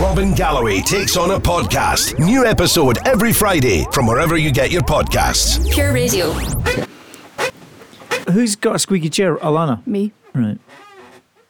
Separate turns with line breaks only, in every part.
Robin Galloway takes on a podcast. New episode every Friday from wherever you get your podcasts.
Pure Radio.
Who's got a squeaky chair? Alana.
Me.
Right.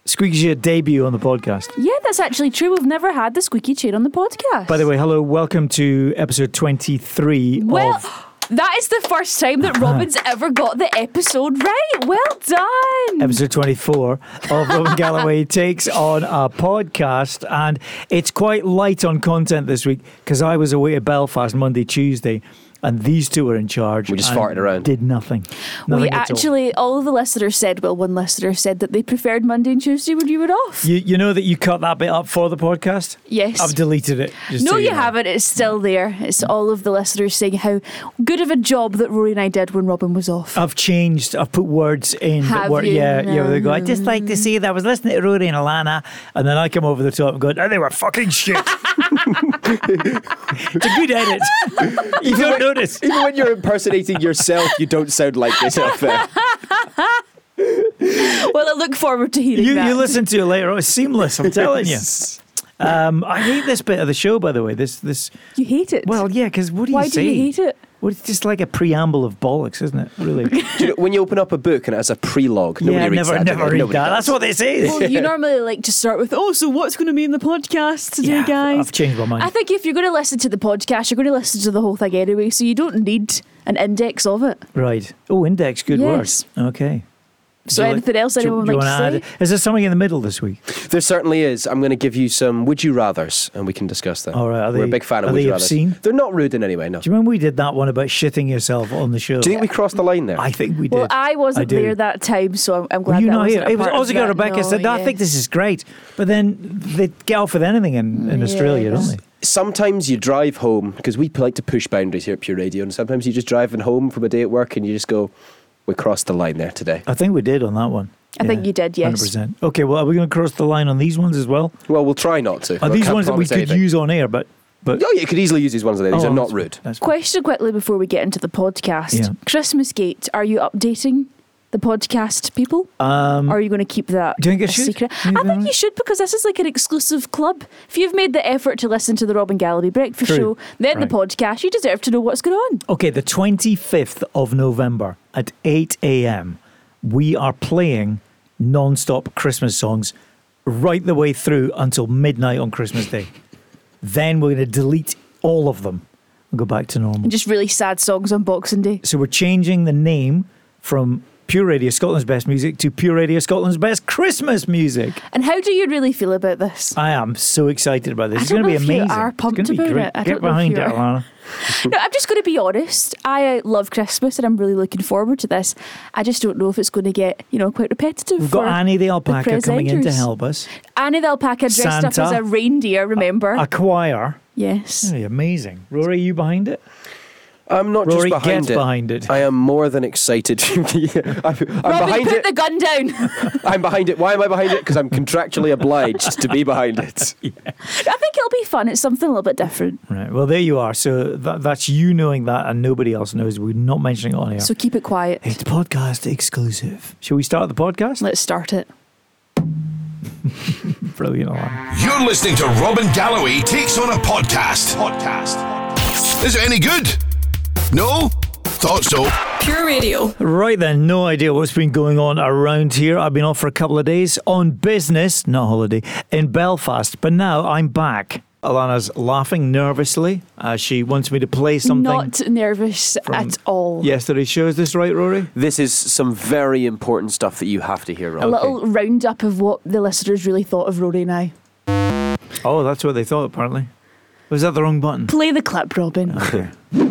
Squeaky chair debut on the podcast.
Yeah, that's actually true. We've never had the squeaky chair on the podcast.
By the way, hello, welcome to episode 23
well,
of.
that is the first time that Robin's ever got the episode right. Well done.
Episode 24 of Robin Galloway takes on a podcast, and it's quite light on content this week because I was away at Belfast Monday, Tuesday, and these two were in charge.
We just
and
farted around.
Did nothing. nothing
we
at all.
actually, all. of the listeners said, well, one listener said that they preferred Monday and Tuesday when you were off.
You, you know that you cut that bit up for the podcast?
Yes.
I've deleted it. just
no,
so
you
know.
haven't. It's still there. It's all of the listeners saying how good of a job that Rory and I did when Robin was off.
I've changed. I've put words in. that
Have
were-
you?
Yeah, yeah. They go. I just like to say that I was listening to Rory and Alana, and then I come over the top and go, "No, they were fucking shit." it's a good edit. You don't notice.
Even when you're impersonating yourself, you don't sound like yourself there.
well, I look forward to hearing
Oh. You,
that.
you listen to it later. It's seamless. I'm telling you. Um, I hate this bit of the show, by the way. This this.
You hate it.
Well, yeah, because what do
Why
you
do
say?
you hate it?
Well, it's just like a preamble of bollocks, isn't it? Really.
Do you know, when you open up a book and it has a prelogue, nobody
yeah,
reads
never,
that. do
never
they?
read
Nobody
that.
does.
That's what they say.
Well, you normally like to start with, oh, so what's going to be in the podcast today,
Yeah,
guys?
I've changed my mind.
I think if you're going to listen to the podcast, you're going to listen to the whole thing anyway, so you don't need an index of it.
Right. Oh, index. Good
Yes.
word. Okay.
So
Do you
anything else
do you-
anyone would
do you
like
wanna
to
add- Is there something in the middle this week?
There certainly is. I'm going to give you some would you rather's, and we can discuss that.
All right, are
We're a
they-
big fan of
are
would
they
you rather's.
obscene?
They're not rude in any way. No.
Do you remember we did that one about shitting yourself on the show?
Do you think we crossed the line there?
I think we did.
Well, I wasn't
do.
there that time, so I'm, I'm
Were
glad
you
that
not
wasn't
here?
a
It was
part of
Ozzy
that.
Rebecca
No,
said, "No, I
yeah.
think this is great," but then they get off with anything in,
Mm,
in Australia, don't they?
sometimes you drive home because we like to push boundaries here at Pure Radio, and sometimes you're just driving home from a day at work and you just go, "We crossed the line there today."
I think we did on that one.
I think you did, yes.
100%. Okay, well, are we going to cross the line on these ones as well?
Well, we'll try not to.
Are
I
these
can't
ones that we
promise
could
anything.
use on air? But but
Oh, yeah, you could easily use these ones. These
Oh,
are not
that's-
rude.
That's fine.
Question quickly before we get into the podcast.
Yeah.
Christmas Gate, are you updating the podcast people? Um, or are you going to keep that
do you think I
a
should?
secret?
Do you
I think
think-
you should because this is like an exclusive club. If you've made the effort to listen to the Robin Galloway Breakfast
True.
Show, then
Right.
the podcast, you deserve to know what's going on.
Okay, the 25th of November at 8 a.m., we are playing non stop Christmas songs right the way through until midnight on Christmas Day. then we're going to delete all of them and go back to normal.
And just really sad songs on Boxing Day.
So we're changing the name from Pure Radio Scotland's Best Music to Pure Radio Scotland's Best Christmas Music.
And how do you really feel about this?
I am so excited about this.
I
it's
don't
going to be
know if you
amazing.
are pumped
it's going to be
about
great.
it. I
Get
don't know if
behind it,
you are.
Alana.
No, I'm just going to be honest. I uh, love Christmas and I'm really looking forward to this. I just don't know if it's going to get, you know, quite repetitive.
We've got
for
Annie the alpaca coming in to
presenters.
help us.
Annie the alpaca dressed up
Santa.
as a reindeer, remember?
A choir.
yes.
Really amazing. Rory, are you behind it?
I'm not
Rory,
just behind
get
it.
behind it.
I am more than excited. I'm, I'm
Robin,
behind
put
it.
the gun down.
I'm behind it. Why am I behind it? Because I'm contractually obliged to be behind it.
I think it'll be fun. It's something a little bit different.
Right. Well, there you are. So that, that's you knowing that, and nobody else knows. We're not mentioning it on air.
So keep it quiet.
it's podcast exclusive. Shall we start the podcast?
Let's start it.
Brilliant. Alan.
You're listening to Robin Galloway takes on a podcast. Podcast. Is it any good? No? Thought so.
Pure Radio.
Right then, no idea what's been going on around here. I've been off for a couple of days on business, not holiday, in Belfast, but now I'm back. Alana's laughing nervously. Uh, she wants me to play something.
Not nervous
from
at all.
Yesterday's show. Is this right, Rory?
This is some very important stuff that you have to hear,
A
Rob.
little roundup of what the listeners really thought of Rory and I.
Oh, that's what they thought, apparently. Was that the wrong button?
Play the clip, Robin.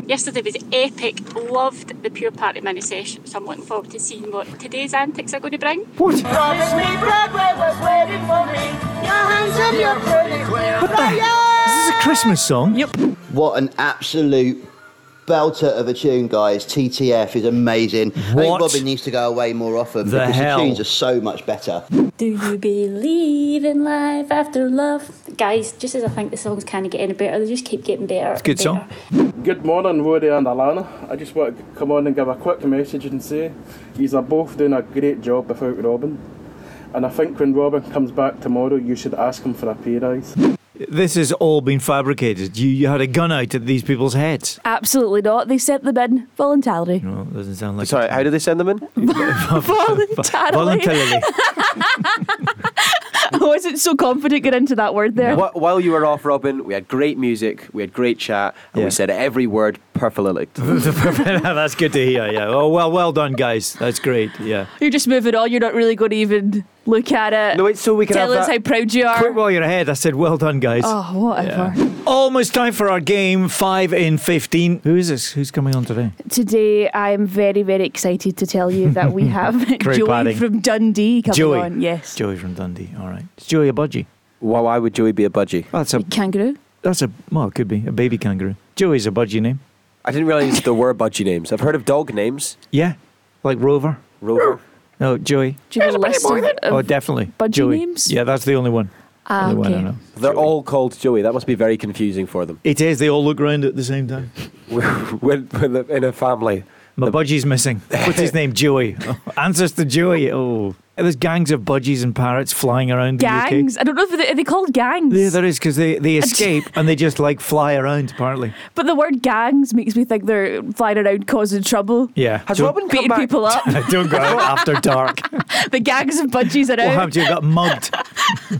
Yesterday was epic. Loved the Pure Party mini sesh, so I'm looking forward to seeing what today's antics are going to bring.
What?
Promise me Broadway was waiting for me. Your hands and your pretty queer.
What the? Is this a Christmas song? Yep.
What an absolute belter of a tune, guys. TTF is amazing. I
What
think Robin needs to go away more often
the
because
hell?
the tunes are so much better.
Do you believe in life after love? Guys, just as I think the songs can't get any better, they just keep getting better. It's
a good song.
Good morning, Rory and Alana. I just want to come on and give a quick message and say yous are both doing a great job without Robin. And I think when Robin comes back tomorrow, you should ask him for a pay rise.
this has all been fabricated. You, you had a gun out at these people's heads.
Absolutely not. They sent them in voluntarily.
No, it doesn't sound like
Sorry, how did they send them in?
voluntarily.
voluntarily.
I wasn't so confident getting into that word there.
Wh- While you were off, Robin, we had great music, we had great chat, and
Yeah.
we said every word perfectly.
That's good to hear. Yeah. Oh well, well done, guys. That's great. Yeah.
You're just moving on. You're not really going to even look at it.
No, wait, so we can
Tell
have
us
that-
how proud you are.
Quick while you're ahead, I said, well done, guys.
Oh, whatever.
Almost time for our game, five in 15. Who is this? Who's coming on today?
Today, I'm very, very excited to tell you that we have
Great
Joey
batting.
from Dundee coming
Joey.
on. Yes.
Joey from Dundee. All right. It's Joey a budgie.
Why, why would Joey be a budgie?
That's a,
Kangaroo.
that's a, well, it could be a baby kangaroo. Joey's a budgie name.
I didn't realize there were budgie names. I've heard of dog names.
Yeah. Like Rover.
Rover.
No, Joey.
Do you have a list of, of
oh, definitely.
budgie
Joey.
names?
Yeah, that's the only one.
Ah,
only one I
okay.
know.
They're all called Joey. That must be very confusing for them.
It is. They all look round at the same time.
when, when they're in a family.
My budgie's missing. What's his name? Joey. Oh, answers to Joey. Oh. There's gangs of budgies and parrots flying around the UK.
gangs? I don't know if they, are they called gangs.
Yeah, there is because they, they escape and they just like fly around apparently.
but the word gangs makes me think they're flying around causing trouble.
Yeah.
Has
don't,
Robin come
Beating
back?
people up.
don't go out after dark.
the gangs of budgies are
What
out.
happened? You got mugged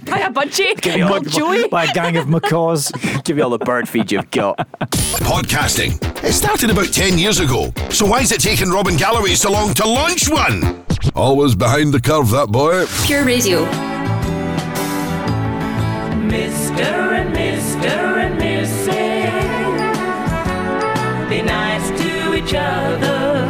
By a budgie called
Mugged
Joey.
by a gang of macaws.
Give me all the bird feed you've got.
Podcasting. It started about 10 years ago, so why is it taking Robin Galloway so long to launch one? Always behind the curve, that boy.
Pure Radio.
Mr. and Mr. and Mrs. Be nice to each other.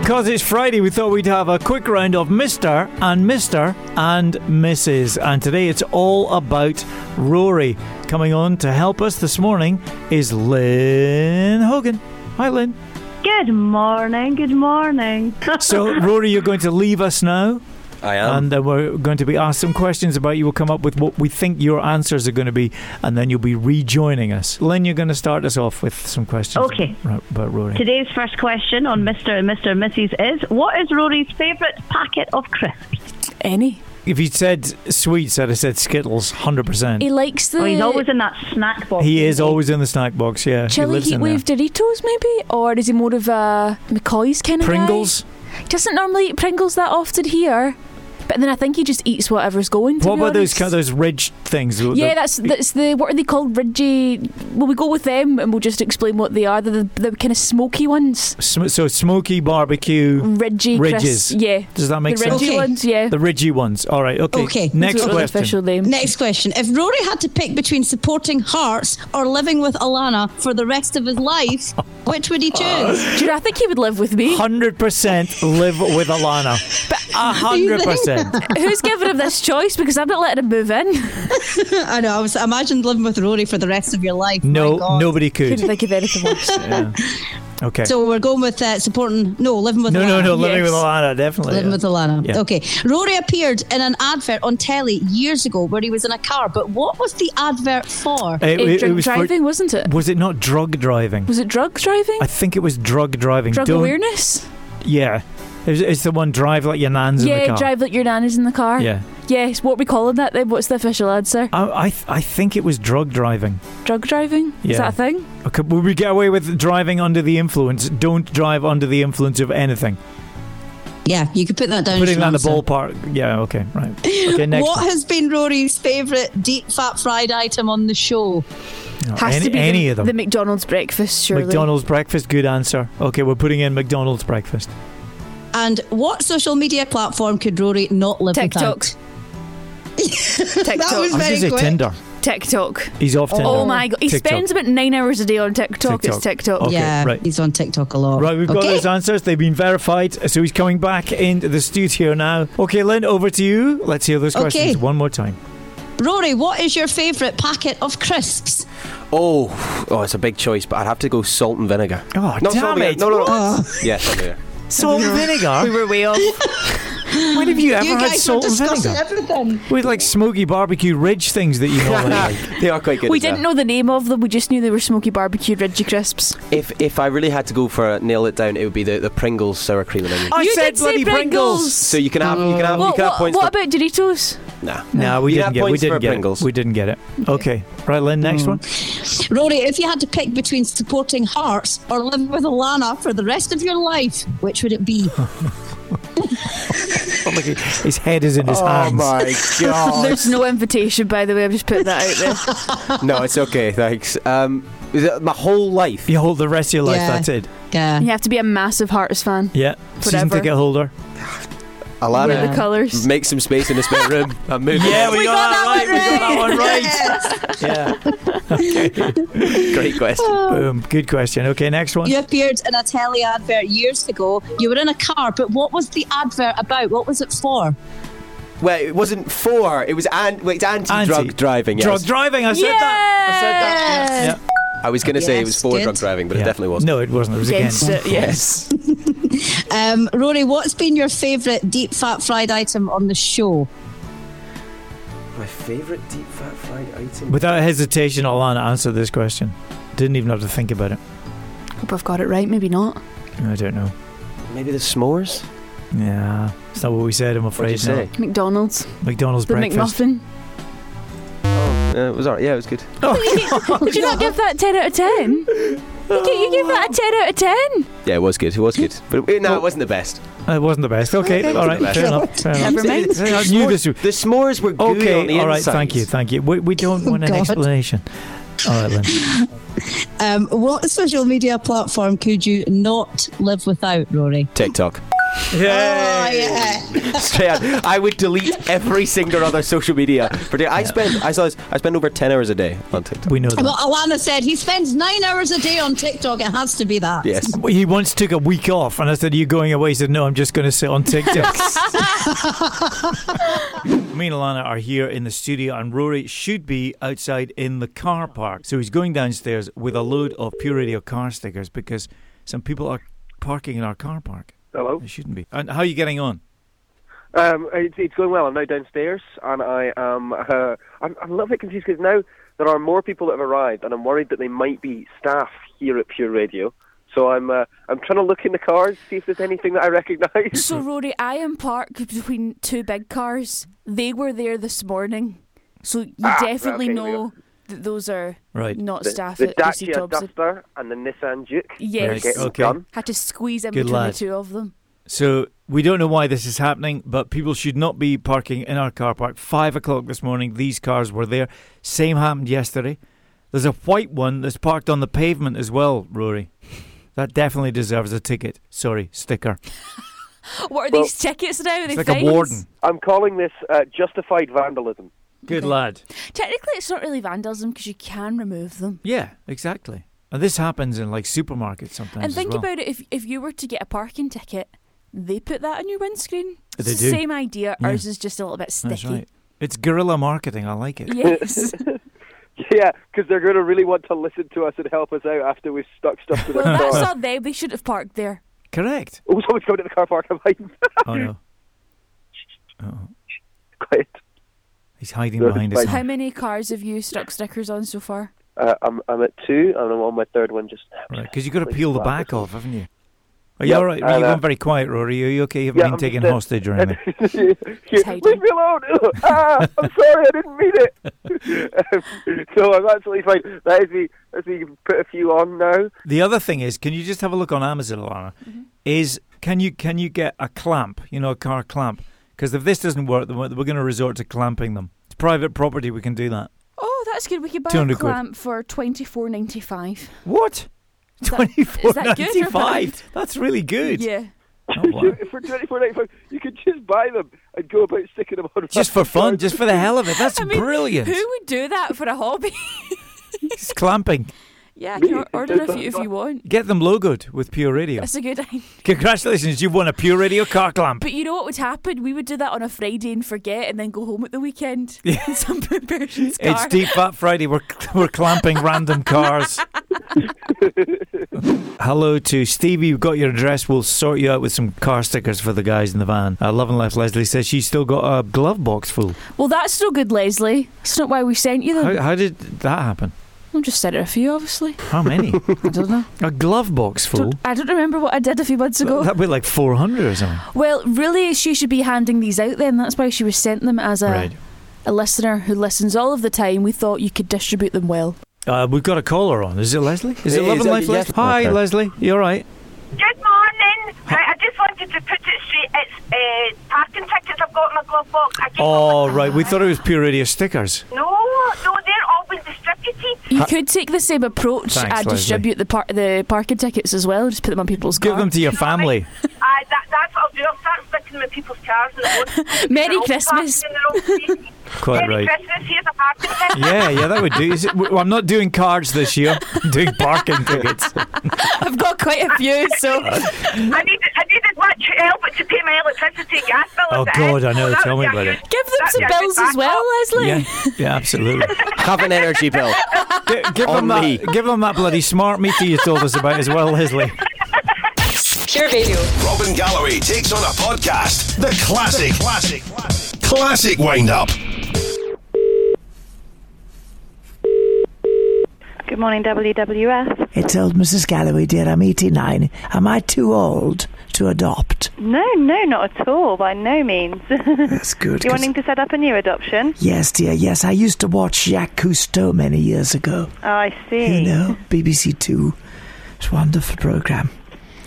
Because it's Friday, we thought we'd have a quick round of Mr. and Mr. and Mrs. And today it's all about Rory. Coming on to help us this morning is Lynn Hogan. Hi, Lynn.
Good morning, good morning.
So, Rory, you're going to leave us now.
I am.
and then we're going to be asked some questions about you. We'll come up with what we think your answers are going to be, and then you'll be rejoining us. Lynn, you're going to start us off with some questions.
Okay.
Right, about Rory.
Today's first question on Mr. and Mr. and Mrs. is What is Rory's favourite packet of crisps?
Any.
If you'd said sweets, I'd have said Skittles, 100%.
He likes the
Oh,
Well,
Uh,
he's always in that snack box.
He is always in the snack box, yeah. he
chili
lives in there.
heatwave Doritos, maybe? Or is he more of a McCoy's kind of guy?
Pringles.
He doesn't normally eat Pringles that often here. But then I think he just eats whatever's going. To
What
be
about those
honest.
kind of those ridge things?
Yeah, that's that's the what are they called? Ridgy. Well, we go with them, and we'll just explain what they are. They're the, the kind of smoky ones.
Sm- so smoky barbecue.
Ridgy.
Ridges.
Crisp. Yeah.
Does that make
the
sense?
ridgy
Okay.
ones. Yeah.
The ridgy ones. All right. Okay.
Okay.
Next
That's what the
question.
Official name.
Next question. If Rory had to pick between supporting Hearts or living with Alana for the rest of his life, which would he choose?
Do you know, I think he would live with me.
Hundred percent live with Alana. A
you
hundred
think?
percent.
Who's giving him this choice? Because I'm not letting him move in.
I know. I was imagine living with Rory for the rest of your life. Oh My
No,
God.
nobody could.
Couldn't think of anything worse.
Okay.
So we're going with uh, supporting. No, living with.
no,
Alana.
no, no. Living
yes.
with Alana, definitely.
Living
yeah.
with Alana.
Yeah.
Okay. Rory appeared in an advert on telly years ago where he was in a car, but what was the advert for?
It, it-
It,
it
drug
was for-
driving, wasn't it?
was it not drug driving?
Was it drug driving?
I think it was drug driving.
drug
Don't-
awareness?
Yeah. It's, it's the one drive like your nan's in the
Yeah,
car.
drive like your nan is in the car.
Yeah.
Yes, what are we calling that then? What's the official answer?
I, I, th- I think it was drug driving.
Drug driving?
Yeah.
Is that a thing?
Okay, will we get away with driving under the influence? Don't drive under the influence of anything.
Yeah, you could put that down. as
Putting
your
that in the
answer.
ballpark. Yeah, okay, right. Okay, next.
What
one.
has been Rory's favourite deep fat fried item on the show?
No,
Has
any,
to be
any
the,
of them.
The McDonald's breakfast, surely.
McDonald's breakfast, good answer. Okay, we're putting in McDonald's breakfast.
And what social media platform could Rory not live
TikTok.
without? That was
TikTok.
I'm going to
very
say
quick.
Tinder.
TikTok.
He's off Tinder.
Oh my god. He
TikTok.
spends about nine hours a day on TikTok.
TikTok.
It's
Oh,
TikTok.
Okay,
yeah,
right.
he's on TikTok a lot.
Right, we've got
Okay.
those answers. They've been verified. So he's coming back into the studio now. Okay, Lynn, over to you. Let's hear those
Okay.
questions one more time.
Rory, what is your favourite packet of crisps?
Oh, oh, it's a big choice, but I'd have to go salt and vinegar.
Oh,
Not
damn
salt and vinegar.
it.
No, no, no. Yeah, salt and vinegar.
Salt and vinegar.
We were way off.
When have you ever
you
had
guys
salt
were
and
discussing
vinegar?
everything.
With like smoky barbecue ridge things that you normally like.
they are quite good.
we
as well.
didn't know the name of them. We just knew they were smoky barbecue ridgy crisps.
If if I really had to go for a nail it down, it would be the, the Pringles sour cream and onion.
I
You
said
did say
bloody
Pringles.
So you can have you can have you
What,
can have
what,
points.
what about Doritos?
for, nah.
No, we
You
didn't
have
get. We
points for
didn't get.
Pringles.
It. We didn't get it. Okay, right, Lynn.
Hmm.
Next one.
Rory, if you had to pick between supporting Hearts or living with Alana for the rest of your life, which would it be?
Oh, look, his head is in
Oh,
his hands. Oh,
god!
There's no invitation, by the way. I've just put that out there.
no, it's okay. Thanks. Um, is it my whole life.
You hold the rest of your life.
Yeah.
That's it.
Yeah.
You have to be a massive Hearts fan.
Yeah. Season
Whatever.
ticket holder.
Alana,
Wear the colours.
Make some space in this spare room. I'm moving.
We got that one
Yeah.
Great question.
Boom. Good question. Okay, next one.
You appeared in a telly advert years ago. You were in a car, but what was the advert about? What was it for?
Well, it wasn't for. It was an, wait, it's anti-drug
Anti-
driving. Yes.
Drug driving. I said that. I said that.
Yes.
Yeah.
I was going to say
Yes,
it was for
good.
drug driving, but
Yeah.
it definitely wasn't.
No, it wasn't. It was
Against
against.
it, yes.
Um, Rory, what's been your favourite deep fat fried item on the show?
My favourite deep fat fried item.
Without hesitation, Alana answered this question. Didn't even have to think about it.
Hope I've got it right. Maybe not.
I don't know.
Maybe the s'mores.
Yeah, it's not what we said. I'm
What did
afraid.
you
no.
say?
McDonald's.
McDonald's
The
breakfast.
McMuffin.
Yeah, Uh, it was alright. Yeah, it was good.
Did you not give that 10 out of 10? You, gave, you gave that a 10 out of 10.
Yeah, it was good. It was good. But it, no, it wasn't the best.
It wasn't the best. Okay, all right, fair enough. Fair enough.
Never mind.
See, I knew this.
The s'mores were good on
Okay,
the
all right.
inside.
Thank you, thank you. We, we don't want an
God.
explanation. All right, Lynn.
Um, what social media platform could you not live without, Rory?
TikTok.
Oh, yeah.
Straight out. I would delete every single other social media. For day. I spend. I saw this. I spend over ten hours a day on TikTok.
We know that.
Well, Alana said he spends nine hours a day on TikTok. It has to be that.
Yes.
He once took a week off, and I said, "Are you going away?" He said, "No, I'm just going to sit on TikTok." Me and Alana are here in the studio, and Rory should be outside in the car park. So he's going downstairs with a load of Pure Radio car stickers because some people are parking in our car park.
Hello.
They shouldn't be. And how are you getting on?
Um, it's, it's going well. I'm now downstairs, and I am. Uh, I'm, I'm a little bit confused because now there are more people that have arrived, and I'm worried that they might be staff here at Pure Radio. So I'm. Uh, I'm trying to look in the cars, see if there's anything that I recognise.
So, Rory, I am parked between two big cars. They were there this morning. So you
Ah, right,
definitely
okay, there we
know that those are
Right.
not staff
the
at AC
Dacia
Jobs.
Duster and the Nissan Juke.
Yes.
They're getting
Okay.
done.
Had to squeeze in
Good
between
lad.
the two of them.
So we don't know why this is happening, but people should not be parking in our car park. Five o'clock this morning, these cars were there. Same happened yesterday. There's a white one that's parked on the pavement as well, Rory. That definitely deserves a ticket. Sorry, sticker.
What are
Well-
these tickets now? Are they
It's like
fines?
a warden.
I'm calling this uh, justified vandalism.
Good lad.
Technically, it's not really vandalism because you can remove them.
Yeah, exactly. And this happens in like supermarkets sometimes.
And
as
think
well.
about it if if you were to get a parking ticket, they put that on your windscreen. It's
They
the
do.
same idea.
Yeah.
Ours is just a little bit sticky.
That's right. It's guerrilla marketing. I like it.
Yes.
Yeah, because they're going to really want to listen to us and help us out after we've stuck stuff to their
well, that's
car.
not them. They should have parked there.
Correct.
Oh, someone's coming to the car park. I'm hiding.
Oh no,
Quiet.
he's hiding
No,
behind
it's
us.
fine.
How many cars have you stuck stickers on so far?
Uh, I'm I'm at two, and I'm on my third one just now.
Right, because you've got to peel the back off, haven't you? Are you
Yep,
all right?
I
You've
know.
gone very quiet, Rory. Are you okay? You haven't
Yeah,
been
I'm
taken
just, uh,
hostage or anything.
Here,
hiding.
leave me alone! ah, I'm sorry, I didn't mean it. um, so I'm absolutely fine. That is me. That's me. You can put a few on now.
the other thing is, can you just have a look on Amazon, Alana?
Mm-hmm.
Is can you can you get a clamp? You know, a car clamp. Because if this doesn't work, then we're going to resort to clamping them. It's private property. We can do that.
Oh, that's good. We could buy a
200 quid.
clamp for twenty four ninety five.
What?
that-
Twenty
is
four
that good or
ninety
bad?
five. That's really good.
Yeah.
Oh, wow.
For twenty four ninety five, you could just buy them and go about sticking them on.
just for fun, just for the hell of it. That's
I mean,
brilliant.
Who would do that for a hobby?
It's clamping.
yeah, I
Me.
can or- order a few if you want.
Get them logoed with Pure Radio.
That's a good idea.
Congratulations, you've won a Pure Radio car clamp.
But you know what would happen? We would do that on a Friday and forget, and then go home at the weekend. in Some person's car.
It's Deep Fat Friday. We're we're clamping random cars. Hello to Stevie. We've got your address. We'll sort you out with some car stickers for the guys in the van. Uh, Love and Life Leslie says she's still got a glove box full.
Well, that's no good, Leslie. That's not why we sent you
How,
them.
how did that happen?
I'm just sent her a few, obviously.
How many? I
don't know.
A glove box full?
I don't remember what I did a few months ago.
That'd be like 400 or something.
Well, really, she should be handing these out then. That's why she was sent them as a,
Right.
a listener who listens all of the time. We thought you could distribute them well.
Uh, we've got a caller on. Is it Leslie? Is it
It
Love
is,
and
uh,
Life
yes.
Leslie? Hi,
Okay.
Leslie. You all right?
Good morning. Right, I just wanted to put it straight. It's uh, parking tickets I've got in my glove box. I gave
Oh, right. We thought it was Pure Radio stickers.
no, no, they're all been distributed.
You could take the same approach
Thanks,
and
Leslie.
distribute the par- the parking tickets as well. Just put them on people's
Give
car.
them to your family.
Aye, that, that's what I'll do. I'll start sticking them in people's cars. And their own-
Merry
their own
Christmas.
parking in their own streets.
Quite
Merry
right.
Christmas. Here's a parking ticket.
Yeah, yeah, that would do. Is it, well, I'm not doing cards this year. I'm doing parking tickets.
I've got quite a few, so
Uh,
I need I need as much help to pay my electricity and gas bill.
Oh,
as it
God,
is.
I know.
that
Tell
would
me
be a
about
good-
it.
give them
that'd
some
be a good
bills as
backup.
well, Leslie.
Yeah, yeah, absolutely.
Have an energy bill.
Gi- give
On
them
me.
that. Give them that bloody smart meter you told us about as well, Leslie.
Pure Radio. Robin Galloway takes on a podcast. The classic, classic, classic, classic wind up.
Good morning, WWF.
It's old Mrs. Galloway, dear. I'm 89. Am I too old to adopt?
No, no, not at all, by no means. That's
good,
You're
'cause-
wanting to set up a new adoption?
Yes, dear. Yes, I used to watch Jacques Cousteau many years ago.
I see.
You know, BBC Two. It's a wonderful program.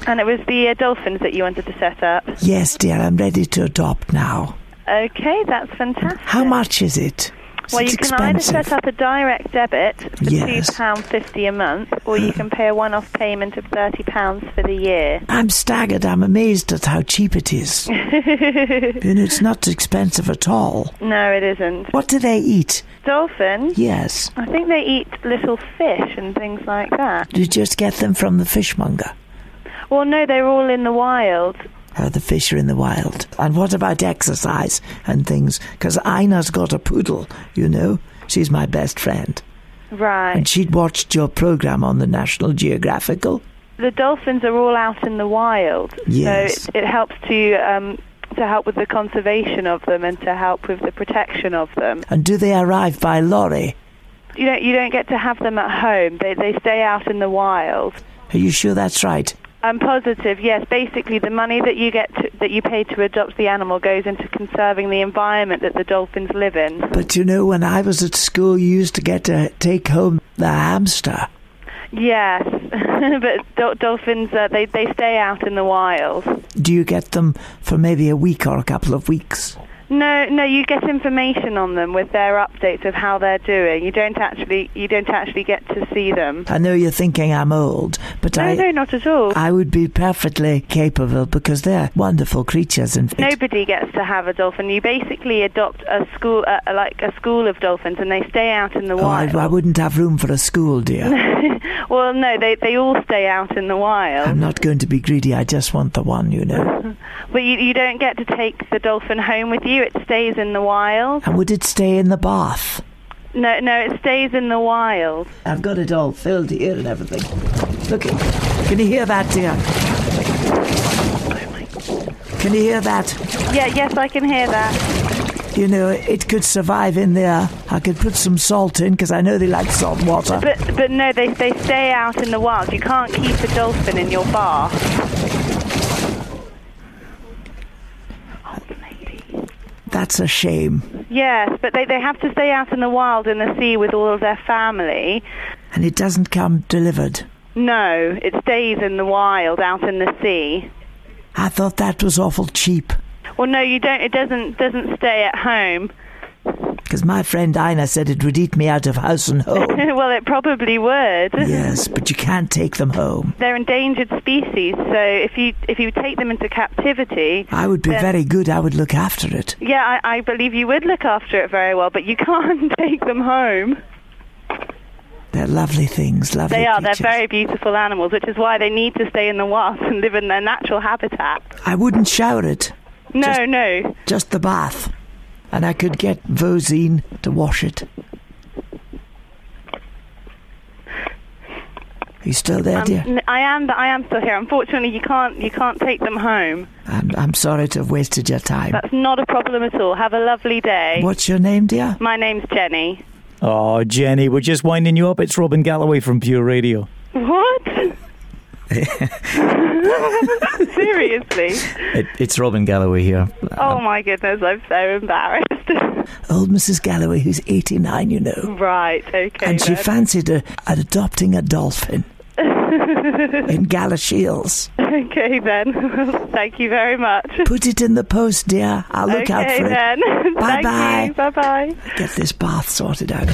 And it was the uh, dolphins that you wanted to set up.
Yes, dear. I'm ready to adopt now.
Okay, that's fantastic.
How much is it? Is
well,
it
you can either
expensive?
set up a direct debit for
Yes.
£2.50 a month, or you can pay a one off payment of £30 for the year.
I'm staggered. I'm amazed at how cheap it is. you know, it's not expensive at all.
no, it isn't.
What do they eat?
Dolphins?
Yes.
I think they eat little fish and things like that.
You just get them from the fishmonger.
Well, no, they're all in the wild.
How the fish are in the wild. And what about exercise and things? Because Ina's got a poodle, you know. She's my best friend.
Right.
And she'd watched your program on the National Geographical.
the dolphins are all out in the wild,
Yes.
so it, it helps to um, to help with the conservation of them and to help with the protection of them.
And do they arrive by lorry?
You don't you don't get to have them at home. They they stay out in the wild.
Are you sure that's right?
I'm positive. Yes, basically the money that you get to, that you pay to adopt the animal goes into conserving the environment that the dolphins live in.
But you know, when I was at school, you used to get to take home the hamster.
Yes, but do- dolphins uh, they they stay out in the wild.
Do you get them for maybe a week or a couple of weeks?
No, no, you get information on them with their updates of how they're doing. You don't actually you don't actually get to see them.
I know you're thinking I'm old, but
No,
I.
no, not at all.
I would be perfectly capable because they're wonderful creatures. And
Nobody gets to have a dolphin. You basically adopt a school, uh, like a school of dolphins, and they stay out in the
oh, I,
wild.
I wouldn't have room for a school, dear.
well, no, they they all stay out in the wild.
I'm not going to be greedy. I just want the one, you know.
But you you don't get to take the dolphin home with you. It stays in the wild.
And would it stay in the bath?
No, no, it stays in the wild.
I've got it all filled here and everything. Look, at- can you hear that, dear? Can you hear that?
Yeah, yes, I can hear that.
You know, it could survive in there. I could put some salt in because I know they like salt water.
But but no, they they stay out in the wild. You can't keep a dolphin in your bath.
That's a shame.
Yes, but they, they have to stay out in the wild in the sea with all of their family.
And it doesn't come delivered.
No, it stays in the wild out in the sea.
I thought that was awful cheap.
Well, no, you don't. It doesn't doesn't stay at home.
Because my friend Ina said it would eat me out of house and home.
well, it probably would.
yes, but you can't take them home.
They're endangered species, so if you if you take them into captivity,
I would be
then-
very good. I would look after it.
Yeah, I, I believe you would look after it very well, but you can't take them home.
They're lovely things, lovely.
They are. They're
creatures.
very beautiful animals, which is why they need to stay in the wild and live in their natural habitat.
I wouldn't shower it,
No, no.
just the bath. And I could get Vosine to wash it. Are you still there,
I'm,
dear?
n- I am. I am still here. Unfortunately, you can't. You can't take them home.
I'm, I'm sorry to have wasted your time.
That's not a problem at all. Have a lovely day.
What's your name, dear?
My name's Jenny.
Oh, Jenny, we're just winding you up. It's Robin Galloway from Pure Radio.
What? Seriously?
It, it's Robin Galloway here.
Oh my goodness, I'm so embarrassed.
Old Mrs. Galloway, who's 89, you know.
right, okay.
and she
then.
fancied uh adopting a dolphin in Galashiels.
okay then. Thank you very much.
Put it in the post, dear. I'll look
okay
out for
then.
it. Bye bye.
Bye bye.
Get this bath sorted out.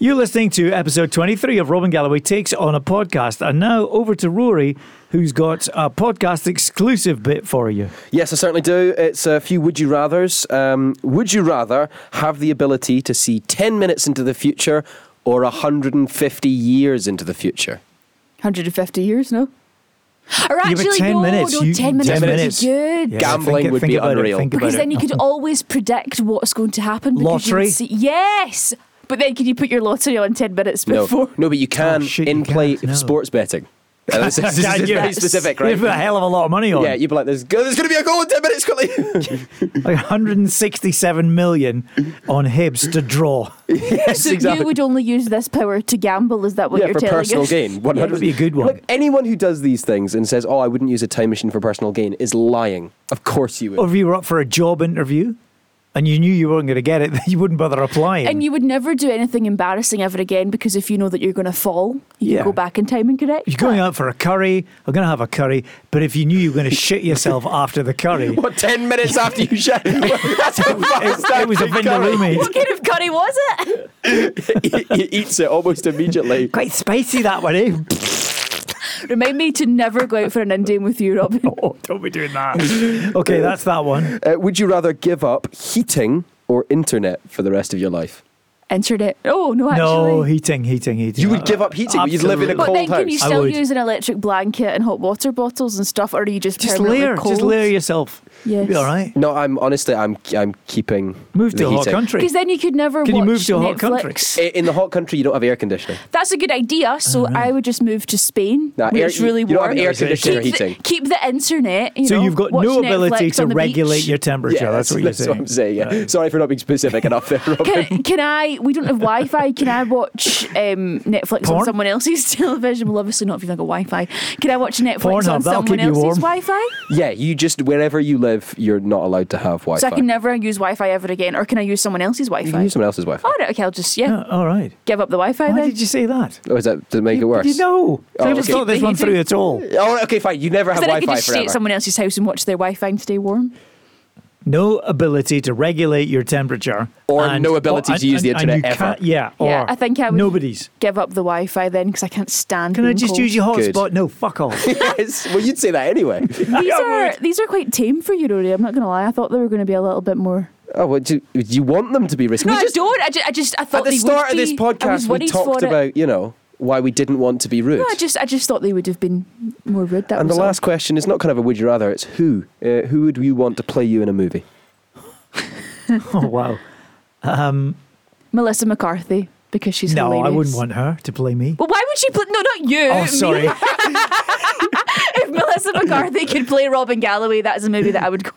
You're listening to episode 23 of Robin Galloway Takes on a Podcast. And now over to Rory, who's got a podcast exclusive bit for you.
Yes, I certainly do. It's a few would you rathers. Um, would you rather have the ability to see 10 minutes into the future or 150 years into the future?
150 years, no? Or
Yeah, but
actually,
10
no,
minutes,
no,
you-
10 minutes
10
would
minutes.
be good.
Yeah, Gambling think- would think be about it, unreal. think
because
about
then
it.
you could always predict what's going to happen. because you would
Lottery?
See, yes! But then can you put your lottery on 10 minutes
No,
before?
no,
Oh,
but you can in play sports betting. Uh, this is, this is
Yeah,
very
yes.
specific, right?
You put a hell of a lot of money on.
Yeah, you'd be like, there's, go- there's going to be a goal in 10 minutes, quickly.
Like 167 million on Hibs to draw.
yes,
so you would only use this power to gamble, is that what
yeah,
you're
for
telling
personal
us?
gain. 100
That'd be a good one.
Look, anyone who does these things and says, oh, I wouldn't use a time machine for personal gain is lying. Of course you would.
Or if you were up for a job interview and you knew you weren't going to get it, then you wouldn't bother applying.
And you would never do anything embarrassing ever again because if you know that you're going to fall, you
Yeah.
can go back in time and correct.
You're going out for a curry. I'm going to have a curry. But if you knew you were going to shit yourself after the curry,
What, 10 minutes after you shut? That's how fast
It- it was a
that
vindaloo, mate.
What kind of curry was it?
he, he eats it almost immediately.
Quite spicy that one, eh?
Remind me to never go out for an Indian with you, Robin.
Oh, don't be doing that. okay, that's that one.
Uh, would you rather give up heating or internet for the rest of your life?
Internet. Oh, no, actually.
No, heating, heating, heating.
You would give up heating, but you'd live in a
But
cold
then can you
house. I
still
would.
use an electric blanket and hot water bottles and stuff, or are you just
Just
permanently
layer,
cold?
just layer yourself.
Yes.
You'll be all right.
No, I'm honestly, I'm I'm keeping
Move
the
to a hot
heating.
country.
Because then you could never. watch Netflix.
I- In the hot country, you don't have air conditioning.
That's a good idea. So I would just move to Spain,
Nah,
where
air-
it's really
you don't have
warm.
air conditioning or
keep
heating.
The, keep the internet. You
so
know,
you've got
watch
no ability
Netflix
to
on the
regulate
beach.
your temperature.
Yeah,
that's what you're
That's what
saying.
I'm saying. Yeah. Sorry for not being specific enough there, Robin.
Can, can I? We don't have Wi-Fi. Can I watch um, Netflix
Porn?
on someone else's television? Well, obviously not if you've not got Wi-Fi. Can I watch Netflix
Pornhub,
on
that'll
someone
keep you
else's
warm.
Wi-Fi?
yeah, you just wherever you live, you're not allowed to have Wi-Fi.
So I can never use Wi-Fi ever again, or can I use someone else's
You can
Wi-Fi?
use someone else's Wi-Fi.
All right, okay, I'll just yeah.
Oh, all right.
Give up the Wi-Fi.
Why
then.
did you say that?
Oh, is that to make it worse?
You know,
Oh,
I just
okay.
thought this one through at all.
Oh, okay, fine. You never have
So then I could
Wi-Fi
just stay at
forever.
someone else's house and watch their Wi-Fi and stay warm.
No ability to regulate your temperature,
Or no ability to use the
and- and
internet
you
ever.
can't- Yeah, or
yeah, I think I would
nobody's.
give up the Wi-Fi then because I can't stand.
Can I
being
just
cold.
use your hotspot? No, fuck off.
yes. Well, you'd say that anyway.
These are these are quite tame for you, Rory. I'm not going to lie. I thought they were going to be a little bit more.
Oh, well, do, do you want them to be risky?
No,
We
I
just-
don't. I just, I just I thought
at the
they
start
would
of this
be. I was
podcast, we
worried
talked
for it.
about you know why we didn't want to be rude.
No, I just I just thought they would have been more rude. That
and the
was all.
last question is not kind of a would you rather. It's who uh, who would you want to play you in a movie?
oh wow. Um,
Melissa McCarthy because she's
no,
hilarious.
I wouldn't want her to play me.
Well, why would she play? No, not you.
Oh,
me.
sorry.
if Melissa McCarthy could play Robin Galloway, that is a movie that I would go.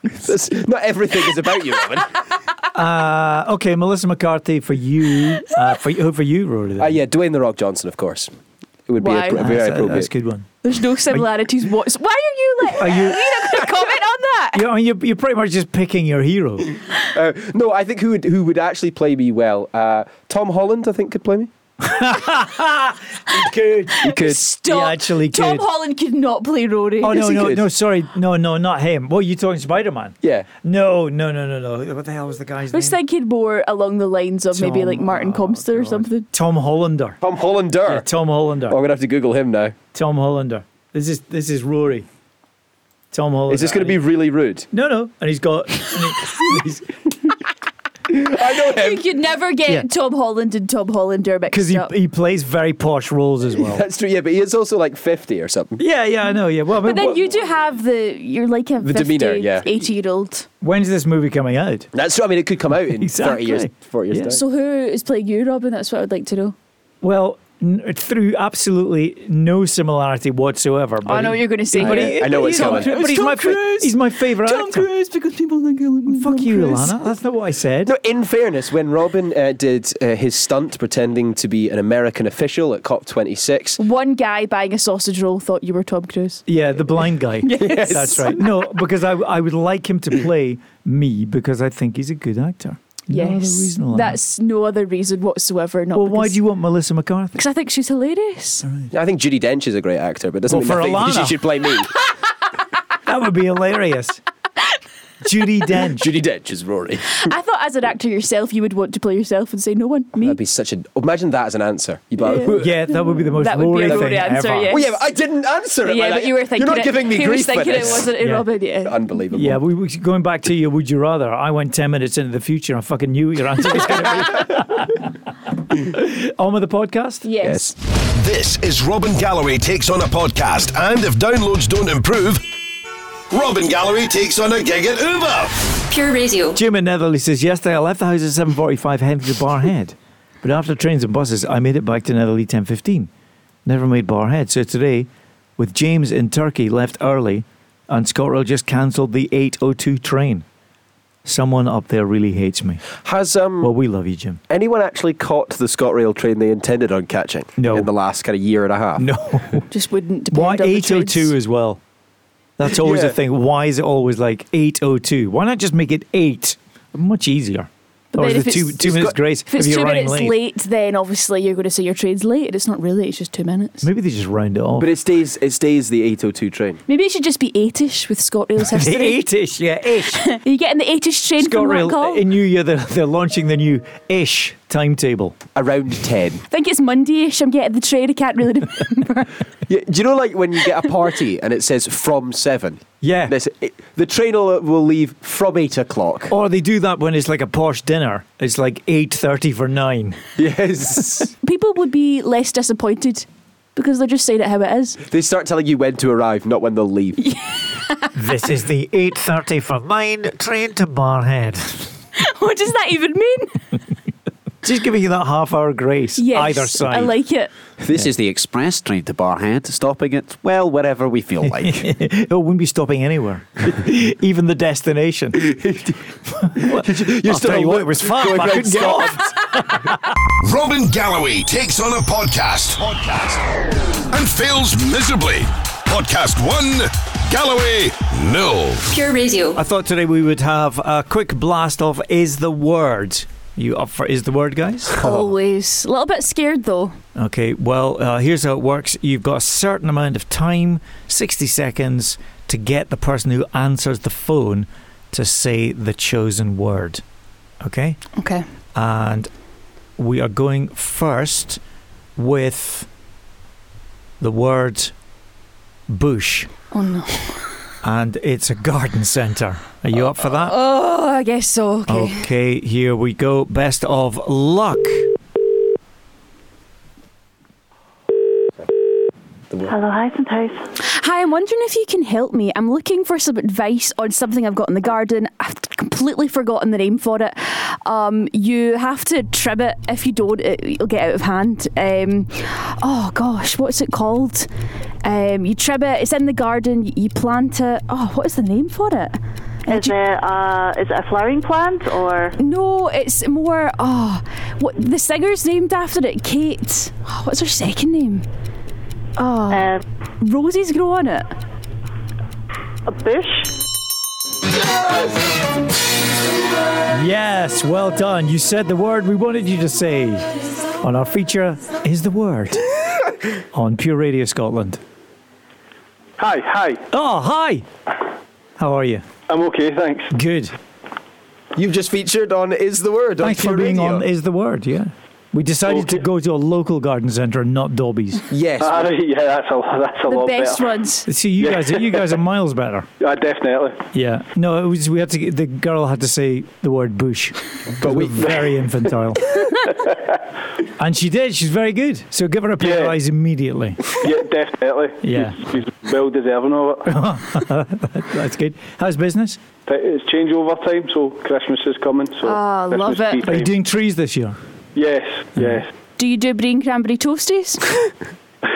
not everything is about you, Robin.
Uh, okay, Melissa McCarthy for you. Uh, for who for you, Rory?
Uh, yeah, Dwayne the Rock Johnson, of course. It would
Why?
be a,
That's
very
a- that's
appropriate.
a good one.
There's no similarities. What's why are you like?
Are you-
You're not going to comment on that.
You know, you're, you're pretty much just picking your hero.
Uh, no, I think who would, who would actually play me well? Uh, Tom Holland, I think, could play me.
he could.
He could.
Stop.
actually
Tom
could.
Holland could not play Rory.
Oh no, no, no! Sorry, no, no, not him. What are you talking, Spider Man?
Yeah.
No, no, no, no, no. What the hell was the guy's
I was
name?
thinking more along the lines of maybe like
Tom-
Martin Comster or something.
Tom Hollander.
Tom Hollander. Oh,
Tom Hollander.
I'm gonna have to Google him now.
Tom Hollander. This is this is Rory. Tom Hollander.
Is this going to be really rude?
No, no. And he's got. and he- he's-
I know him.
You could never get
Yeah.
Tom Holland and Tom Hollander mixed
Because he,
up.
he plays very posh roles as well.
That's true. Yeah, but he is also like 50 or something.
yeah, yeah, I know. Yeah. Well, I mean,
But then
what-
you do have the you're like a
The
50,
demeanour, yeah.
80 year old.
when's this movie coming out?
That's true. I mean, it could come out in 30 years,
Exactly.
40 years.
Yeah.
time.
So who is playing you, Robin? That's what I'd like to know.
Well, n- through absolutely no similarity whatsoever. But
Oh, I know what you're gonna say.
But
I-
he-
I know what's
he's-
coming.
But he's
Tom
my, fa- he's my favourite
Tom
actor.
Cruise, because people think
Fuck you, Alana. That's not what I said.
No, in fairness, when Robin uh, did uh, his stunt pretending to be an American official at COP26,
One guy buying a sausage roll thought you were Tom Cruise.
Yeah, the blind guy.
Yes.
That's right. No, because I, I would like him to play me because I think he's a good actor. No other
Yes,
reason, Alana.
that's no other reason whatsoever. Not
well, why do you want Melissa McCarthy?
Because I think she's hilarious.
I think Judy Dench is a great actor, but doesn't
Well, for
mean I think she
Alana.
should play me.
That would be hilarious. Judy Dench.
Judy Dench is Rory.
I thought as an actor yourself, you would want to play yourself and say no one, me.
That'd be such a. Imagine that as an answer. You'd be like,
Yeah.
Yeah, that would be the most
That would be a
Rory
Rory
thing
answer,
ever.
yes.
Well, yeah, but I didn't answer it.
Yeah,
like
but
that.
you were thinking
You're not
it-
giving me
he
grief
was thinking
for
it
this. Uh,
wasn't in Yeah. Robin, yeah.
Unbelievable.
Yeah, we, we, going back to your would you rather, I went 10 minutes into the future. I fucking knew what your answer was going to be. On with the podcast?
Yes. This is Robin Galloway Takes On a Podcast, and if downloads don't improve, Robin Galloway takes on a gig at Uber.
Pure Radio.
Jim in Netherly says, Yesterday I left the house at 7.45 heading to Barhead. But after trains and buses, I made it back to Netherly 10.15. Never made Barhead. So today, with James in Turkey, left early, and ScotRail just cancelled the 8.02 train. Someone up there really hates me.
Has um?
Well, we love you, Jim.
Anyone actually caught the ScotRail train they intended on catching? No. In the last kind of year and a half?
No.
Just wouldn't depend
Why
on the trains.
8.02 as well? That's always
Yeah.
a thing. Why is it always like 8.02? Why not just make it 8? Much easier.
But
or
then
is it
if
two,
it's-
two minutes grace
If it's
you're
two
running
minutes late. then obviously you're going to say your train's late, and it's not really. It's just two minutes.
Maybe they just round it off.
But it stays. It stays the 802 train.
Maybe it should just be eight-ish with ScotRail's history.
Eight-ish, yeah, ish.
Are you getting the eight-ish train from
ScotRail
Rancor?
in New Year, they're, they're launching the new ish timetable.
Around 10.
I think it's Monday-ish. I'm getting the train. I can't really.
Yeah, do you know like when you get a party and it says from seven?
Yeah.
This, it, the train will, will leave from eight o'clock.
Or they do that when it's like a posh dinner. It's like 8.30 for 9.
Yes.
People would be less disappointed because they're just saying it how it is.
They start telling you when to arrive, not when they'll leave.
this is the 8.30 for 9 train to Barhead.
what does that even mean?
Just giving you that half hour grace
Yes,
either side.
I like it.
This is the express train to Barhead, stopping at, well, wherever we feel like.
it Oh, wouldn't be stopping anywhere, even the destination.
You're
I'll tell you what, it was fun. but I couldn't get off.
Robin Galloway takes on a podcast, podcast and fails miserably. Podcast one, Galloway, no.
Pure Radio.
I thought today we would have a quick blast off Is the Word. You up for Is the Word, guys?
Always a little bit scared though.
Okay, well, uh, here's how it works you've got a certain amount of time, 60 seconds, to get the person who answers the phone to say the chosen word. Okay?
Okay.
And we are going first with the word bush.
Oh no.
And it's a garden centre. Are you up for that?
Oh, I guess so. Okay.
Okay, here we go. Best of luck.
Hello, Hyacinth House.
Hi, I'm wondering if you can help me. I'm looking for some advice on something I've got in the garden. I've completely forgotten the name for it. Um, you have to trim it. If you don't, it, it'll get out of hand. Um, oh gosh, what's it called? Um, you trim it. It's in the garden. You, you plant it. Oh, what is the name for it?
Is it, uh, is it a flowering plant or?
No, it's more. Oh, what the singer's named after it? Kate. Oh, what's her second name? Oh,
Uh,
roses grow on it.
A bush.
Yes, well done. You said the word we wanted you to say on our feature is the word on Pure Radio Scotland.
Hi, hi.
Oh, hi. How are you?
I'm okay, thanks.
Good.
You've just featured on Is the Word on
Thanks
Pure
for being
Radio.
on is the word. Yeah, we decided to go to a local garden centre and not Dobby's.
Yes.
Ah, right, yeah, that's a that's a lot better.
See, you guys, you guys are miles better.
Yeah, definitely.
Yeah. No, it was we had to. get- The girl had to say the word bush, but we were very infantile. and she did. She's very good. So give her a pair of eyes immediately.
Yeah, definitely.
Yeah.
She's, she's well deserving of it.
That's good. How's business?
It's changeover time, so Christmas is coming. So
Ah,
Christmas tea
Are you
time.
doing trees this year?
Yes, yes.
Do you do green cranberry toasties?
Eh,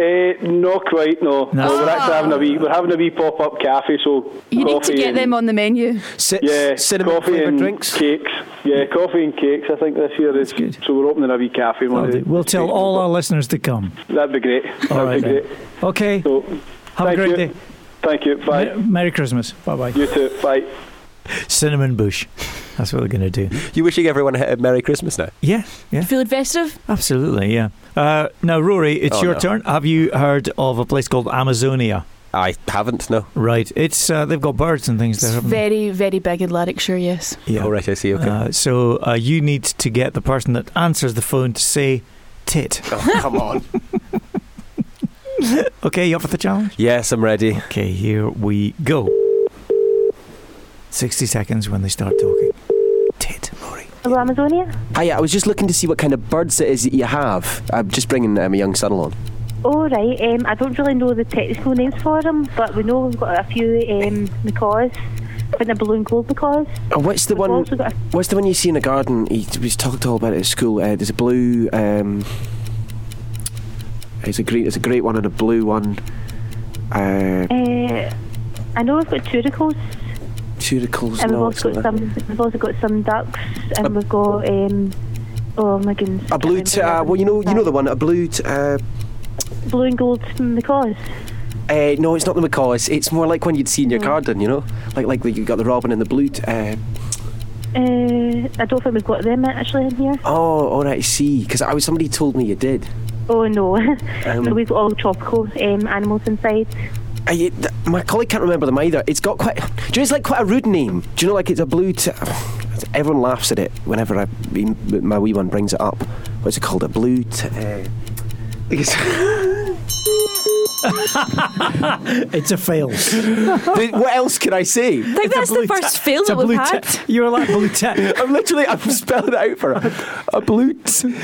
Mm-hmm.
not quite, no.
No.
Well, we're actually having a
Oh.
wee, we're having a wee pop up cafe, so
you need
coffee
to get
and,
them on the menu.
yeah, coffee and drinks, cakes. Yeah, coffee and cakes. I think this year is good. So we're opening a wee cafe. One
That'll
day.
do. We'll tell all our listeners to come.
That'd be great.
All right,
That'd be
then.
great.
Okay. Have a great day.
Thank you. Bye.
Merry Christmas. Bye bye.
You too. Bye.
Cinnamon bush. That's what we're going to do.
You wishing everyone a Merry Christmas now?
Yeah, yeah.
Feel festive?
Absolutely, yeah. Uh, now, Rory, it's
Oh,
your
no.
turn. Have you heard of a place called Amazonia?
I haven't, no.
Right. It's uh, they've got birds and things there. haven't they?
Very, very big in Lanarkshire, yes.
Yeah.
Oh, right, I see. Okay.
Uh, so uh, you need to get the person that answers the phone to say tit.
Oh, come on.
okay, you up for the challenge?
yes, I'm ready.
Okay, here we go. 60 seconds when they start talking.
Hello, Amazonia.
Hi, I was just looking to see what kind of birds it is that you have. I'm just bringing um, a young son along.
Oh, right. Um, I don't really know the technical names for them, but we know we've got a few um, macaws. I think the balloon globe macaws.
Oh, what's the one?
also got
What's the one you see in the garden? He was talked all about it at school. Uh, there's a blue. Um, it's a great. It's a great one and a blue one. Uh,
Uh, I know we've got turicles,
turicles.
and we've
no, it's
also
not uh,
got
that.
some. We've also got some ducks, and we've got. Um, oh my goodness.
A blue. T- uh, well, you know, you know the one. A blue. T- uh,
Blue and gold macaws.
uh, no, it's not the macaw. It's, it's more like one you'd see in your
Hmm.
garden. You know, like like the, you got the robin and the blue. T- uh,
Uh, I don't think we've got them actually in here.
oh, all right. I see. Because I was somebody told me you did.
Oh no.
Um,
so we've got all tropical um, animals inside.
I, th- my colleague can't remember them either. It's got quite. Do you know it's like quite a rude name? Do you know like it's a blue? T- everyone laughs at it whenever I, my wee one brings it up. What's it called? A blue? T- uh, it's,
it's a fail.
what else can I say? I
think that's the first fail that we've had.
You were like blue tech.
I'm literally. I'm spelling it out for her. A blue. T-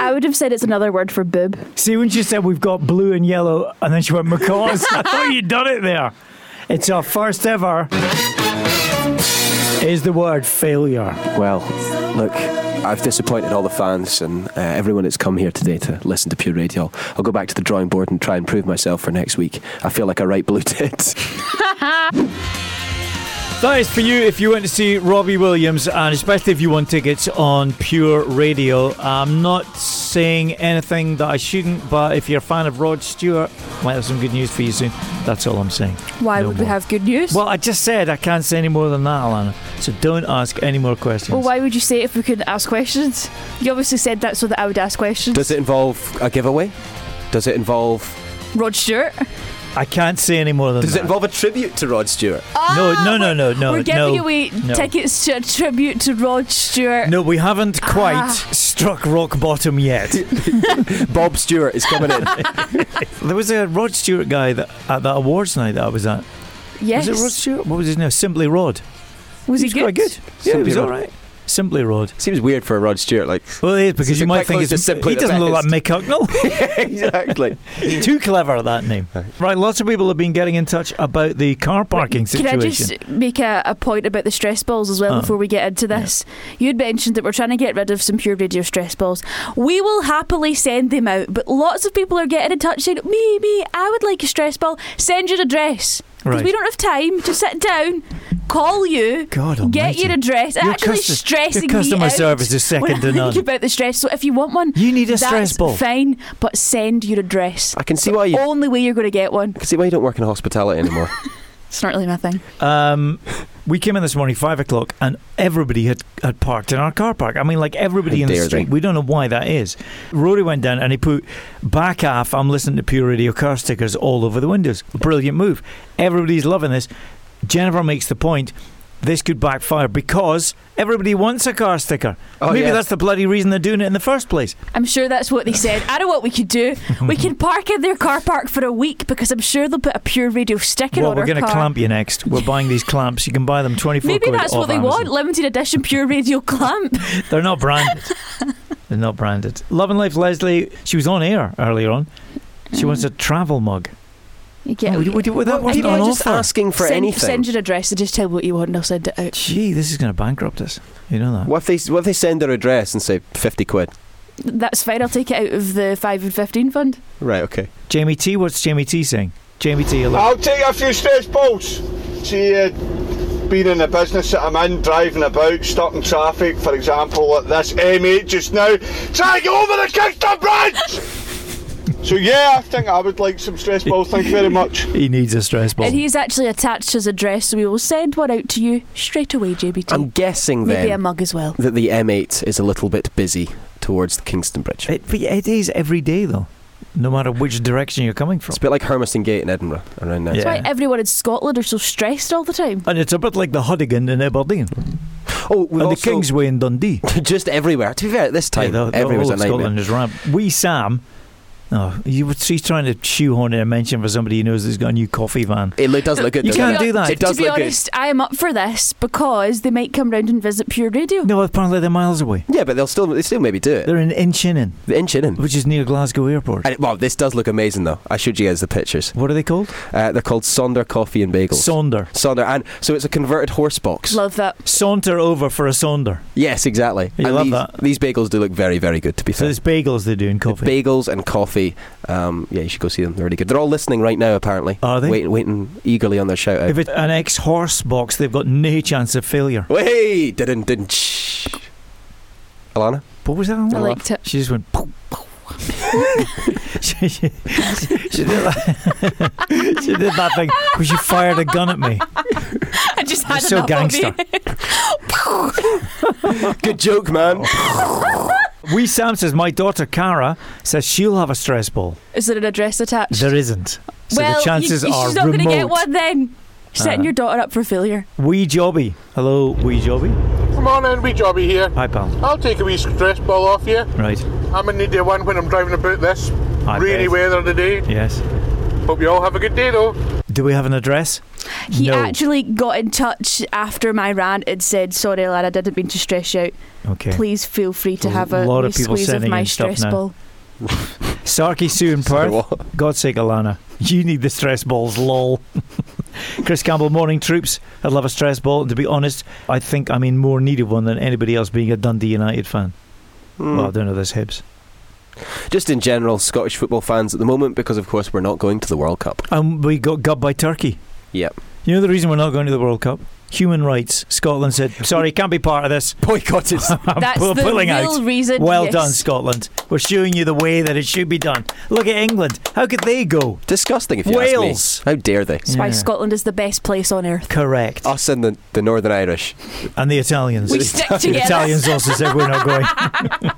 I would have said it's another word for boob.
See, when she said we've got blue and yellow, and then she went macaws, I thought you'd done it there. It's our first ever. Is the word failure?
Well, look, I've disappointed all the fans and uh, everyone that's come here today to listen to Pure Radio. I'll go back to the drawing board and try and prove myself for next week. I feel like I write blue tits.
That is for you if you want to see Robbie Williams, and especially if you want tickets on Pure Radio. I'm not saying anything that I shouldn't, but if you're a fan of Rod Stewart, might have some good news for you soon. That's all I'm saying.
Why
No
would we
more.
have good news?
Well, I just said I can't say any more than that, Alana. So don't ask any more questions.
Well, why would you say it if we couldn't ask questions? You obviously said that so that I would ask questions.
Does it involve a giveaway? Does it involve?
Rod Stewart?
I can't say any more than
Does
that.
it involve a tribute to Rod Stewart?
no, no, no, no, no.
We're giving
Oh, no,
away
no.
tickets to a tribute to Rod Stewart.
No, we haven't quite
Ah.
struck rock bottom yet.
Bob Stewart is coming in.
there was a Rod Stewart guy that at that awards night that I was at.
Yes.
Was it Rod Stewart? What was his name? Simply Rod.
Was he,
was quite good? Yeah, he was all right. Simply Rod.
Seems weird for a Rod Stewart, like.
Well, it is because you might
quite
think
close
it's
to simply
He
the
doesn't look like
best.
Mick Hucknall.
exactly.
Too clever that name. Right, lots of people have been getting in touch about the car parking
Can I
situation.
just make a, a point about the stress balls as well
Oh.
before we get into this? You'd mentioned that we're trying to get rid of some pure radio stress balls. We will happily send them out, but lots of people are getting in touch saying, Me, me, I would like a stress ball. Send your address. Because
Right.
we don't have time to sit down, call you,
God
get
almighty.
your address. It
Your
actually
custom-
stressing
your customer
me out
service is second
when I
to none.
Think about the stress. So if you want one,
you need a
that's
stress ball.
Fine, but send your address.
I can see why you. I
Only way you're going to get one.
can see why you don't work in hospitality anymore.
It's not really my thing.
Um, we came in this morning five o'clock, and everybody had, had parked in our car park. I mean, like everybody
How
in the
dare they.
street. We don't know why that is. Rory went down and he put back off. I'm listening to Pure Radio car stickers all over the windows. Brilliant move. Everybody's loving this. Jennifer makes the point. This could backfire because everybody wants a car sticker.
Oh,
Maybe
yeah.
that's the bloody reason they're doing it in the first place.
I'm sure that's what they said. I know what we could do. We can park in their car park for a week because I'm sure they'll put a pure radio sticker
well,
on
we're
our
going to
car.
clamp you next. We're buying these clamps. You can buy them 24
Maybe
quid
that's what
off
they
Amazon.
want. Limited edition pure radio clamp.
They're not branded. They're not branded. Love and Life Leslie, she was on air earlier on. She wants a travel mug.
You get,
Oh, you-
would you- would that
Well,
wasn't
people
on
are just
offer?
asking for
send,
anything.
Send your address and just tell what you want and I'll send it out.
Gee, this is going to bankrupt us. You know that.
What if they what if they send their address and say fifty quid?
That's fine, I'll take it out of the 5 and 15 fund.
Right. Okay.
Jamie T, what's Jamie T saying? Jamie T, hello.
I'll take a few stress balls. See, uh, being in the business that I'm in, driving about, stuck in traffic, for example, at this M8 just now, trying to get over the Kingston Bridge! so, yeah, I think I would like some stress balls. Thank you very much.
He needs a stress ball.
And he's actually attached his address, so we will send one out to you straight away, JBT.
I'm guessing then
Maybe a mug as well.
that the M8 is a little bit busy towards the Kingston Bridge.
It, but it is every day though, no matter which direction you're coming from.
It's a bit like Hermiston Gate in Edinburgh around now.
That's why everyone in Scotland are so stressed all the time.
And it's a bit like the Huddigan in Aberdeen.
Oh,
and the Kingsway in Dundee.
just everywhere. To be fair, at this time,
the, the
everywhere's
whole
a
of
nightmare.
Scotland is ramp. We Sam. Oh, you were, he's trying to shoehorn in a mention for somebody he knows that's got a new coffee van.
It does look good.
You
doesn't
can't
it?
do that.
It does
to be
look
honest, I am up for this because they might come round and visit Pure Radio.
No, apparently they're miles away.
good. Yeah, but they'll still they still maybe do it.
They're in Inchinin,
Inchinin,
which is near Glasgow Airport.
And, well, this does look amazing though. I showed you guys the pictures.
What are they called?
Uh, they're called Sonder Coffee and Bagels.
Sonder.
Sonder, and so it's a converted horse box.
Love that.
Saunter over for a sonder.
Yes, exactly.
You
and
love
these,
that.
These bagels do look very, very good. To be
So
fair,
there's bagels they do in coffee.
bagels and coffee. Um, yeah, you should go see them. They're really good. They're all listening right now, apparently. Are
they?
Waiting, waiting eagerly on their shout out.
If it's an ex horse box, they've got no chance of failure.
Wait, didn't didn't. shh. Alana.
What was that? on?
I liked it.
She just went. Poof, poof. she, she, she did that. she did that thing where she fired a gun at me.
I just had
You're so
enough
gangster.
of it.
Good joke, man.
Oh, Wee Sam says my daughter Cara says she'll have a stress ball.
Is there an address attached?
There isn't. So
well,
the chances
you,
are
she's not
remote.
to get one then. Setting
Uh,
your daughter up for failure.
Wee Jobby. Hello, Wee Jobby.
Come on in, wee jobby here.
Hi, pal.
I'll take a wee stress ball off you.
Right.
I'm in need of one when I'm driving about this
I
rainy
bet.
weather today.
Yes.
Hope you all have a good day though.
Do we have an address?
He
no.
actually got in touch after my rant and said, "Sorry, lad, I didn't mean to stress you out.
Okay.
Please feel free to
A
have a
lot of
wee
people
squeeze of
sending
my
in stuff
stress
now.
ball."
Sarky Sue in Perth. God's sake, Alana. You need the stress balls, lol. Chris Campbell, morning troops. I'd love a stress ball. And to be honest, I think I'm in more need of one than anybody else being a Dundee United fan.
Hmm.
Well, I don't know this Hibs.
Just in general, Scottish football fans at the moment, because of course we're not going to the World Cup.
And we got gubbed by Turkey.
Yep.
You know the reason we're not going to the World Cup? Human rights. Scotland said, sorry, can't be part of this.
Boycotted.
That's
We're
the
pulling
real
out.
reason,
Well
yes.
done, Scotland. We're showing you the way that it should be done. Look at England. How could they go?
Disgusting, if you
Wales.
ask me. How dare they?
That's why Scotland is the best place on earth.
Correct.
Us and the, the Northern Irish.
And the Italians.
We stick together.
The Italians also said we're not going.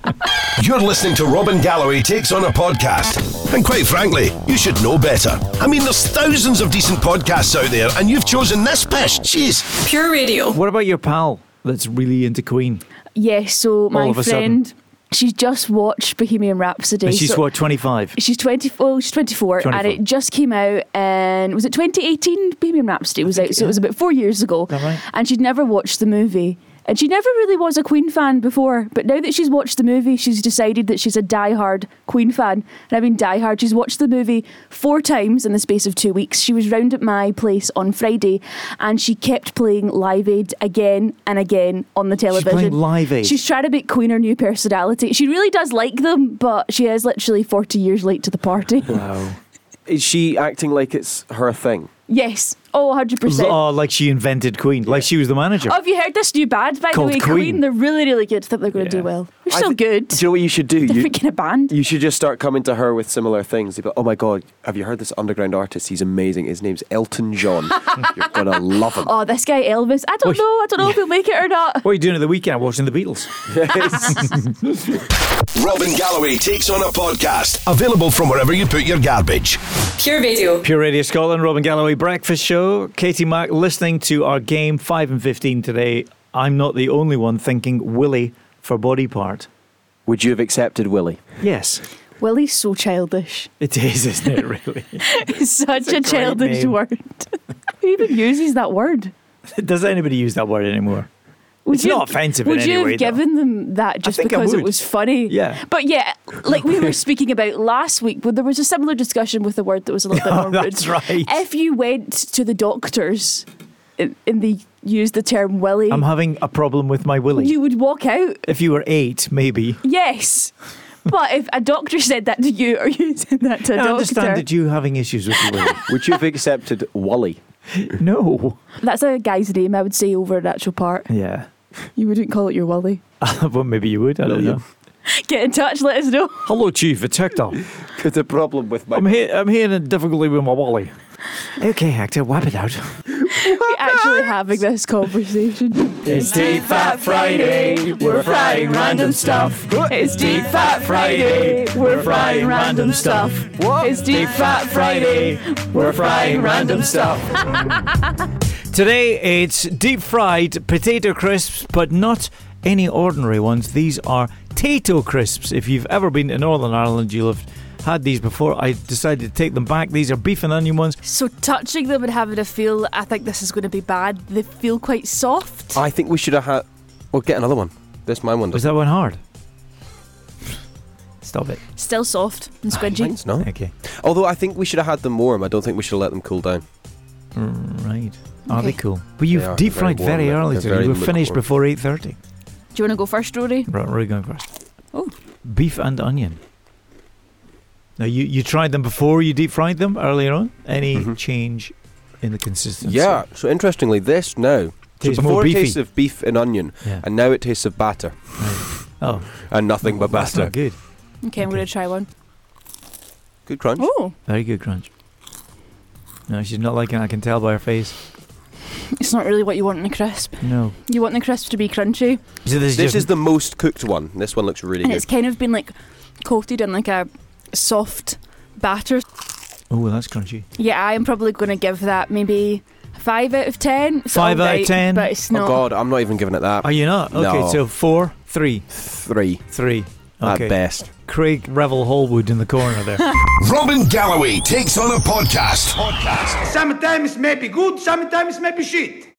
You're listening to Robin Galloway Takes on a Podcast. And quite frankly, you should know better. I mean, there's thousands of decent podcasts out there, and you've chosen this pish. Jeez.
Pure radio.
What about your pal that's really into Queen?
Yes, so my
All of a sudden.
friend, she's just watched Bohemian Rhapsody.
And she's
so-
what, 25?
She's 20, well, she's 24,
24.
and it just came out and was it 2018? Bohemian Rhapsody was out, so it was about four years ago. And she'd never watched the movie. And she never really was a Queen fan before, but now that she's watched the movie, she's decided that she's a diehard Queen fan. And I mean diehard. She's watched the movie four times in the space of two weeks. She was round at my place on Friday, and she kept playing Live Aid again and again on the
playing
television.
Live Aid.
She's trying to make Queen her new personality. She really does like them, but she is literally 40 years late to the party.
Wow. Is she acting like it's her thing?
yes. Oh, 100%.
Oh, like she invented Queen. Like she was the manager.
Oh, have you heard this new band, by
Called
the way?
Queen.
They're really, really good. I think they're going to do well. They're still good.
Do you know what you should do? You,
Different kind of band.
you should just start coming to her with similar things. You'd be like, oh my God, have you heard this underground artist? He's amazing. His name's Elton John. You're going to love him.
Oh, this guy Elvis. I don't
Well,
know. I don't know if he'll make it or not.
What are you doing at the weekend? Watching the Beatles.
Robin Galloway Takes on a Podcast. Available from wherever you put your garbage.
Pure Radio.
Pure Radio Scotland, Robin Galloway Breakfast Show. Katie Mack listening to our game 5 and 15 today. I'm not the only one thinking Willie for body part.
Would you have accepted Willie?
Yes.
Well, he's so childish.
It is, isn't it, really?
It's
It's
such
a
a,
great
childish
name.
word. Who even uses that word?
Does anybody use that word anymore?
Would
It's not offensive in
Would
any
you have
way, though.
given them that just
think I
because it
would.
was funny?
Yeah.
But yeah, like we were speaking about last week, when there was a similar discussion with a word that was a little bit more rude.
Oh, That's right.
If you went to the doctors and and they used the term willy,
I'm having a problem with my willy.
you would walk out.
if you were eight, maybe.
Yes. But if a doctor said that to you, or you said that to a
I
doctor,
understand that you having issues with your willy.
Would you have accepted Wally?
No.
that's a guy's name I would say over an actual part.
Yeah.
You wouldn't call it your willy.
well, maybe you would. I don't know.
Get in touch, let us know.
Hello, Chief. It's Hector.
Got a problem with my.
I'm here. I'm here in difficulty with my Wally. Okay, Hector, wipe it out.
We're actually having this conversation.
It's Deep Fat Friday, we're frying random stuff. It's Deep Fat Friday, we're frying random stuff. What? It's Deep Fat Friday, we're frying random stuff.
Today it's deep fried potato crisps, but not any ordinary ones. These are Tato crisps. If you've ever been to Northern Ireland, you'll have had these before. I decided to take them back. These are beef and onion ones.
So touching them and having a feel, I think this is going to be bad. They feel quite soft.
I think we should have had. Well, get another one. This my one.
Was that one hard? Stop it.
Still soft and squidgy.
It's not.
Okay.
Although I think we should have had them warm. I don't think we should have let them cool down.
Right. Are they
Okay.
cool? But you've
They are
deep
very
fried
warm,
very,
they're-
early
they're
today.
very
You were finished
lukewarm.
before eight thirty.
Do you want to go first, Rory?
Right, where are we going first?
Oh.
Beef and onion. Now you, you tried them before you deep fried them earlier on. Any change in the consistency?
Mm-hmm. yeah. So interestingly, this now.
Tastes
so
more
before it
beefy.
tastes of beef and onion,
Yeah.
and now it tastes of batter.
Oh.
And nothing but
That's
batter.
not good.
Okay, I'm going to try one.
Good crunch.
Oh,
Very good crunch. No, she's not liking it. I can tell by her face.
it's not really what you want in a crisp.
No.
You want the crisp to be crunchy,
So this,
This
is just-
is the most cooked one. This one looks really
and
good.
it's kind of been like coated in like a soft batter.
Oh, that's crunchy.
Yeah, I am probably going to give that maybe a five out of ten. It's
Five
all
out of
right,
10.
but it's
oh
not.
God, I'm not even giving it that.
Are you not? Okay,
No.
so four, three,
Three
three. Okay.
at best.
Craig Revel Hallwood in the corner there.
Robin Galloway takes on a podcast.
Sometimes may be good, sometimes may be shit.